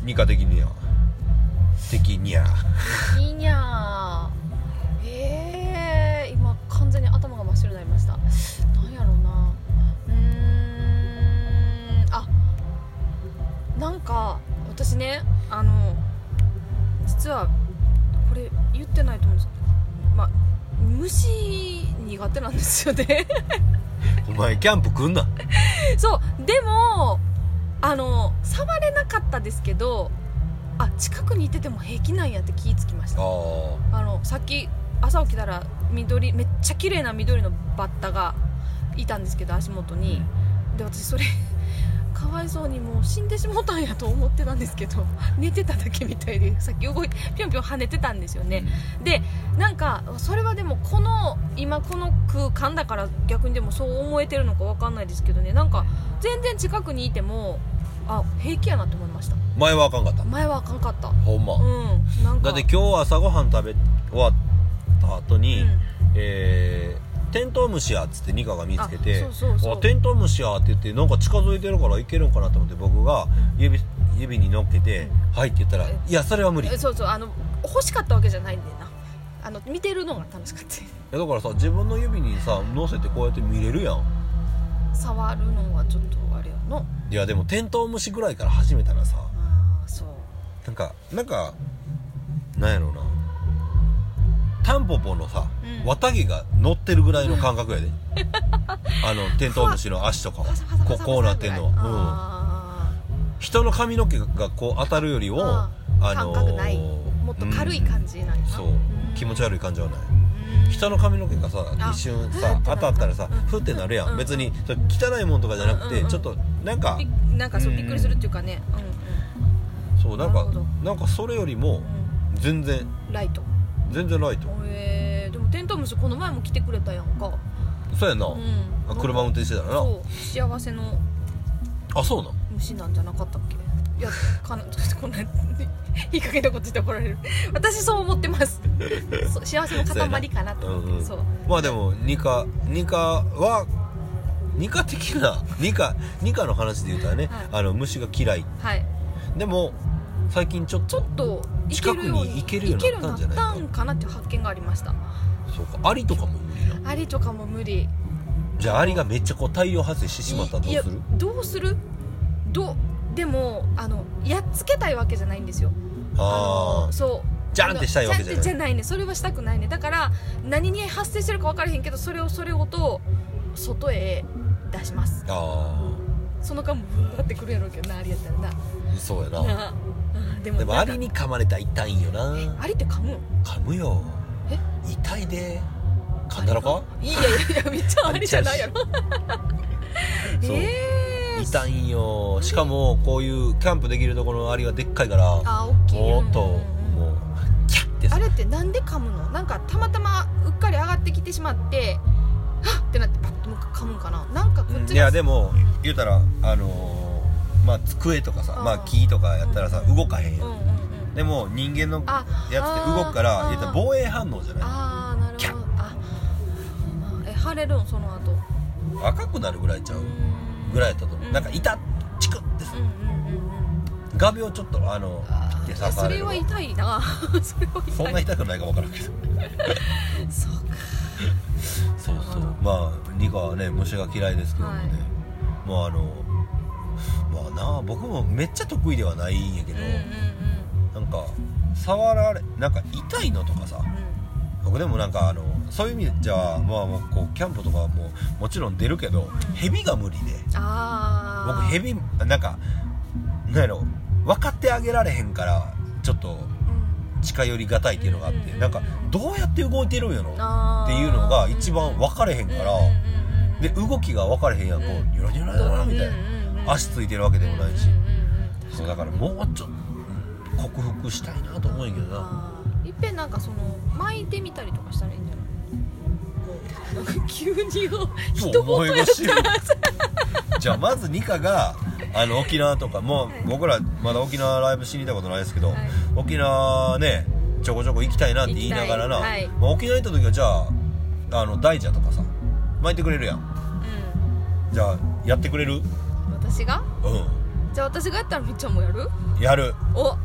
二課的には的には *laughs*
ーいいにゃーええ今完全に頭が真っ白になりましたなんやろうなうーんあなんか私ねあの実はこれ言ってないと思うんですけどまあ虫苦手なんですよね *laughs*
お前キャンプ来んな
そうでもあの触れなかったですけどあ近くにいてても平気なんやって気ぃつきまし
あ
たあ
ー
のさっき朝起きたら緑めっちゃ綺麗な緑のバッタがいたんですけど足元に、で私それ *laughs* かわいそうにもう死んでしもたんやと思ってたんですけど *laughs* 寝てただけみたいでさっき動いてぴょんぴょん跳ねてたんですよね、でなんかそれはでもこの今この空間だから逆にでもそう思えてるのかわかんないですけどねなんか全然近くにいてもあ平気やなと思いました
前はあかんかった
前はあかんかった
ほんま、
うんなん
だ
か
って今日朝ごはん食べ終わった後に、
うん
えーテントウムシやっつってニカが見つけて
あそうそうそう
あテントウムシやって言ってなんか近づいてるからいけるんかなと思って僕が
うん
指,、指に乗っけて
うん
「はい」って言ったら「
え
いやそれは無理」
えそうそうあの欲しかったわけじゃないんだよなあの見てるのが楽しかった
いやだからさ自分の指にさ乗せてこうやって見れるやん
触るのはちょっとあれやの
いやでもテントウムシぐらいから始めたらさ
ああそう
なんかなんかなんやろうなタンポポのさ、
うん
綿毛が乗ってるぐらいの感覚やであのテントウムシの足とかは
パサパサパ
こ
サ
こうなってんの
ぐ
は、
らいあ
うん、人の髪の毛がこう当たるより
ー
を
あー感覚ないもっと軽い感
じ、
じなんや
うん
な
そう気持ち悪い感じはない
い
人の髪の毛がさ
あ
一瞬
ふってな
さ
る
当たったらさ
うん
ふってなるや
うんん
別にそれ汚いもんとかじゃなく
うんうん
て
うん
ちょっとなんか
びなんかそうびっくりするっていうかね、うんう
そうなん
なる
か
ほど
なんかそれよりも
ん
全然
うんライト
全然ライト
えー、でもテントウムシこの前も来てくれたやんか、
そうやんな
うん、
あ車運転してたらな
そう幸せの
あそうなん
虫なんじゃなかったっけいやかな *laughs* ちょっとこんないい加減なこと言って怒られる私そう思っ
*laughs*
てますそう幸せの塊かなと思って
うんうん
そう,、
まあでもニカニカはニカ的なニカニカの話で言うたらね
はい
あの虫が嫌い
はい
でも最近ちょっ
ちょ
と
っと行けるように
近くに行けるようになったんじゃない
行けるようになったんかなっていう発見がありました
そうかアリとかも無理な
アリとかも無理
じゃあアリがめっちゃこう大量発生してしまったらどう
いや
する
どうするどうでもあのやっつけたいわけじゃないんですよ
ああ
のそう
ジャンってしたいわけじゃない
あのジャンってじゃないねそれはしたくないねだから何に発生してるか分からへんけどそれをそれごと外へ出します
あ
その間もぶわってくるやろうけどなアリやったらな
あそうやな
なああでも
でも
な
ア
んか
リに噛まれたら痛いんよな
アリって噛むの
噛むよ
え
痛いでかんだらか
いやいやいやめっちゃありじゃないやろ
*laughs* そう
ええ
いたんよしかもこういうキャンプできるところのアリはでっかいから
あ大きい
もっと
うんうんうん
もうキャッて
あれってなんで噛むのなんかたまたまうっかり上がってきてしまってはっってなってパッともう一回噛むんかななんかこっち
う
が
んいやでも
うん
言うたらあのーまあ机とかさ
あー
まあ木とかやったらさ動かへん
う
や
んうん
ん
うん
でも人間のや
あ
つって動くから
あー
言うたら防衛反応じゃない
ああなるほどあなるほどなえ腫れるんその後
赤くなるぐらいちゃう
うん
ぐらいやったと思
う
うんなんか痛っチクって
うんうんうんうん
画鋲ちょっとあの
あ
切って
ー
刺さ
そ
れ
れ
る
は痛いな *laughs* それは痛い
そんな痛くないか分からんけど
そうか
そうそうまあリカはね虫が嫌いですけどもね、
はい
まああのまあな僕もめっちゃ得意ではないんやけ
う
ど、
んうんうん
なんか触られなんか痛いのとかさ僕でもなんかあのそういう意味じゃまあもうこうキャンプとかはもうもちろん出るけど
ん
ヘビが無理で
うんああ
僕ヘビなんかなんやろ分かってあげられへんからちょっと近寄りがたいっていうのがあって、
うん
なんかどうやって動いてるんやろっ
あー
ていうのが一番分かれへんから、
うんうんうんうん
で動きが分かれへんやんこ
うん
うニョロニョロニョロみたいな、
うんうんうん
足ついてるわけでもないし、
うんうんうんうん
そうだからもうちょっとうん克服したいなと思うんやけどな
あーいっぺんなんかその巻いてみたりとかしたらいいんじゃないこうなんか急にこう
そう
人ごとやっ
お前がじゃあまずニカがあの沖縄とかもう
はい
僕らまだ沖縄ライブしに行ったことないですけど、
はい
沖縄ねちょこちょこ行きたいなって言いながらな、
行きたいはい
まあ、沖縄行った時はじゃああの大蛇とかさ巻いてくれるやんじゃあやってくれる
うん私が
う
じゃあ私がやったらみっちゃんもやる
んやる
お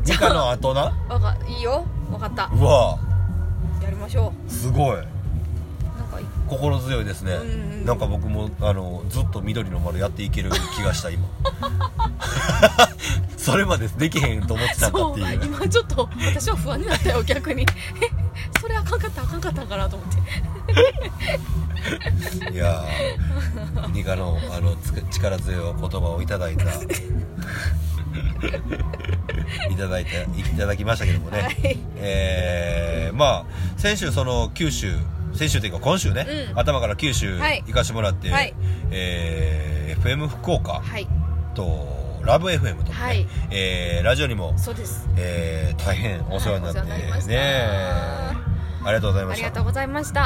ニ
じ
カ
ゃあ
の後
*laughs*
な
わかいいよわかった
うわ
やりましょ
すごいう
なんかい
心強いですね、
うんうん
なんか僕もあのずっと緑の丸やっていける気が
*laughs*
した今それまでできへんと思ってたんだ
そ
っ
う
ていう
今ちょっと私は不安になったよ
*laughs*
逆にえそれあかんかったあかんかったんかなと思って
いやーニカのあのつく力強いお言葉をいただい
*laughs*
たいただいていただきましたけどもね、
はい
えーまあ先週その九州先週というか今週ね、
うん
頭から九州
はい
行かしてもらって、
はい
えー FM 福岡
はい
とラブ FM とかね、
はい
えーラジオにも、
そうです
えー大変お世話になって、
はいお世話になりました
ねありがとうござい
あ
ま
り
し
が
た
とうございました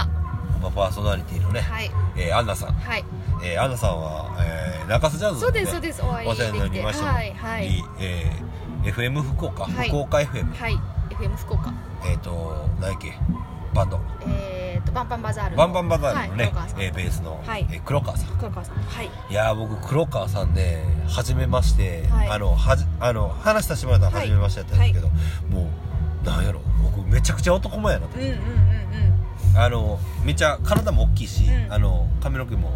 まあ、パーソナリティのね、
はい
えーアンナさん
はい
えー、アンナさんは、えー、中洲ジャズ
そ
の
う
ね、
ですそうですお会い
お世話にな
でき
り
て
ましたので
はいはい
いえー FM 福岡、
はい
福岡 FM
はい FM 福岡
えっ、と何やっけバンド
えーとバンバンバザールの
バンバンバザールのね、
はい、黒川さん、
えーベースの、
はい
えー黒川さん
黒川さんはい
いやー僕黒川さんね初めまして、
はい
あのはじあの話させてもらったのは
はい
初めましてやったんですけど、もうなんやろ僕めちゃくちゃ男前やなと
うんうんうん
あのめっちゃ体も大きいし、
うん
あの髪の毛も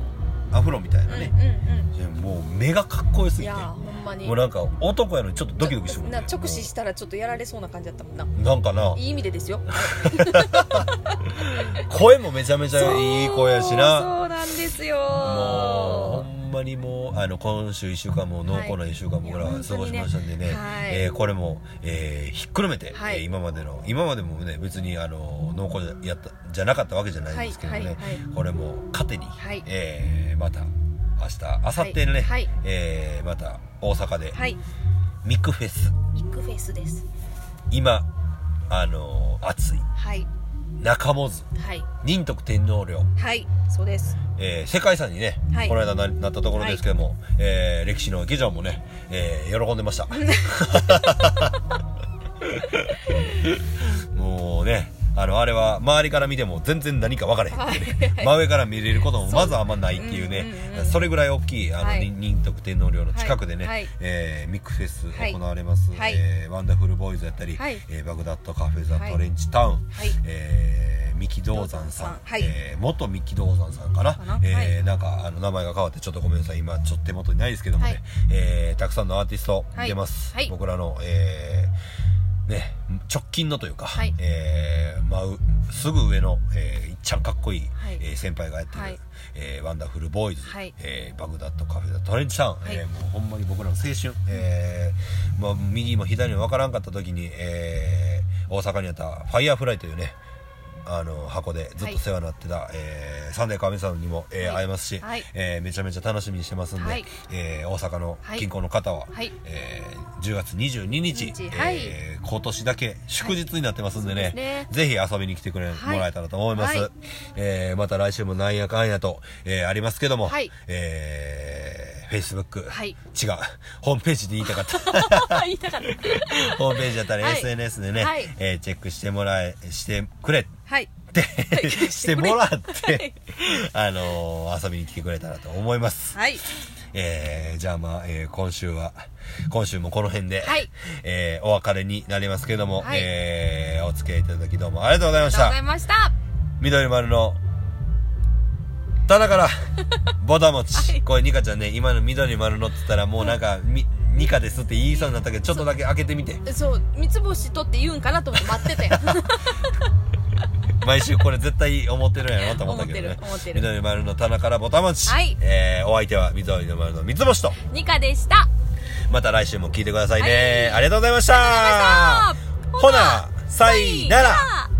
アフロみたいな
うん
ね、
うんうん
もう目がかっこよす
い
ぎて
やーほんまに
もうなんか男やのにちょっとドキドキしても
な直視したらちょっとやられそうな感じだったもんな
なんかない
い意味でですよ
声もめちゃめちゃいい声やしな
そうなんですよ
もうほんまにもうあの今週1週間も濃厚な1週間僕ら
はい
は過ごしましたんでね
いや本当にねはい
えーこれも、えーひっくるめて、
はい
えー今までの今までもね別にあの濃厚じゃやったじゃなかったわけじゃないんですけどね、
はいはいはい
これも糧に、
はい
えーまた明日明後日のね、
はいはい
えーまた大阪で、
はい
ミクフェス
ビッグフェイスです
今あの熱い
はい
中本津
はい
仁徳天皇陵、
はいそうです
えー世界遺産にね、
はい
この間ななったところですけども、えー歴史の池ちゃんもね、えー喜んでましたもうねあのあれは周りから見ても全然何か分からへんっていうね、真上から見れることもまずあんまないっていうね
う
そ,、
んうんうん
れぐらい大きいあの、
はい
に仁徳天皇陵の近くでね、
はいはい
えーミックフェス
はい
行われます、
はい
えーワンダフルボーイズやったり、
はい
えーバグダッドカフェザ・
はい
トレンチタウン、
はい
えー三木道山さん、
はい
えー元三木道山さんかな
かな
えー
はい
なんかあの名前が変わってちょっとごめんなさい今ちょっと手元にないですけどもね、
はい
えーたくさんのアーティスト出ます、
はいはい
僕らの、えーね、直近のというか、
はい
えー真うすぐ上の、えーいっちゃんかっこいい、
はい
えー先輩がやってる、
はい
えーワンダフルボーイズ、
はい
えーバグダッドカフェだトレンチタウン、
はい
えーもうほんまに僕らの青春、えーまあ、右も左も分からんかった時に、えー大阪にあったファイヤーフライというねあの箱でずっと世話になってた、えーサンデー神さんにも、えー
はい
会えますし、
はい
えーめちゃめちゃ楽しみにしてますんで、
はい
えー大阪の
はい
近郊の方は、
はい
えー10月22日
日はい
えー今年だけ祝日になってますんでね,、
はいそうですね
ぜひ遊びに来てくれ、
はい
もらえたらと思います、
はい
えーまた来週もなんやかんやと、えーありますけども、
はい
えー Facebook、
はい
違うホームページで言いたか
*laughs*
った
*laughs* 言いたかった
ホームページだったら
はい
SNS でね、
はい
えーチェックしてもらえ、してくれ
はい *laughs*
って、
い
してもらって
い、
あのー遊びに来てくれたらと思います。
はい
えー、じゃあまあ、えー今週は、今週もこの辺で、
はい
えーお別れになりますけども、
はい
えーお付き合いいただきどうもありがとうござい
あ
ま
り
し
がとうご
た
ざい。ました
緑丸の、ただ
*laughs*
から、ボタン持ち。
はい
これ、ニカちゃんね、今の緑丸のって言ったら、もうなんか、みニカですって言いそうになったけど、ちょっとだけ開けてみて。
そう三つ星取って言うんかなと思って待
*laughs*
ってたよ
毎週これ絶対思ってるんやろ *laughs* なと思ったけどね
思ってる思ってる
緑丸の棚からぼたもち、
はい
えーお相手は緑の丸の三つ星と
ニカでした
また来週も聞いてくださいね、
はい
ありがとうございました
ありがとうございました
ほなさいなら